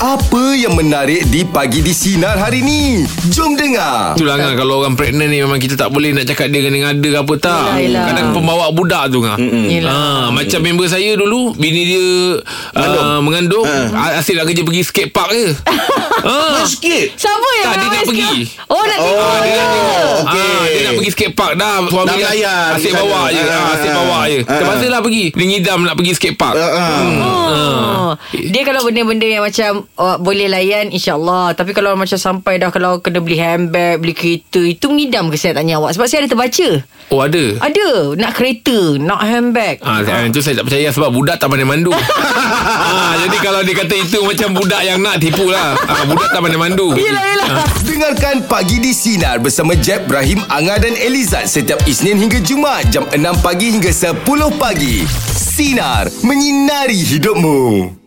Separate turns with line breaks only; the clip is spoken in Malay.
Apa yang menarik di pagi di sinar hari ni? Jom dengar.
Itulah kan kalau orang pregnant ni memang kita tak boleh nak cakap dia kena ada ke apa tak.
Yelah, yelah.
Kadang pembawa budak tu kan.
Yelah.
Ha, macam member saya dulu bini dia uh, mengandung uh. asyik nak kerja pergi skate park je. ha.
Sikit
Siapa yang
Tak, dia
bawa
nak
sikit?
pergi.
Oh nak pergi
Oh,
dia,
Okay.
Okey.
Ah, dia nak pergi skate park dah Suami
Dah
dia
belayar pergi
Asyik
sana.
bawa je ah,
Ah,
Asyik
ah,
bawa je
ah.
Terpaksalah pergi Dia ngidam nak pergi skate park Hmm.
Ah, ah.
oh.
Ah.
dia kalau benda-benda yang macam oh, Boleh layan InsyaAllah Tapi kalau macam sampai dah Kalau kena beli handbag Beli kereta Itu mengidam ke saya tanya awak Sebab saya ada terbaca
Oh ada
Ada Nak kereta Nak handbag
Ah, ha, itu saya tak percaya sebab budak tak pandai mandu. ah, jadi kalau dia kata itu macam budak yang nak tipu lah. Ah, budak tak pandai mandu.
Yelah yelah
Dengarkan Pagi di Sinar bersama Jeb, Ibrahim, Anga dan Elizad setiap Isnin hingga Jumaat jam 6 pagi hingga 10 pagi. Sinar, menyinari hidupmu.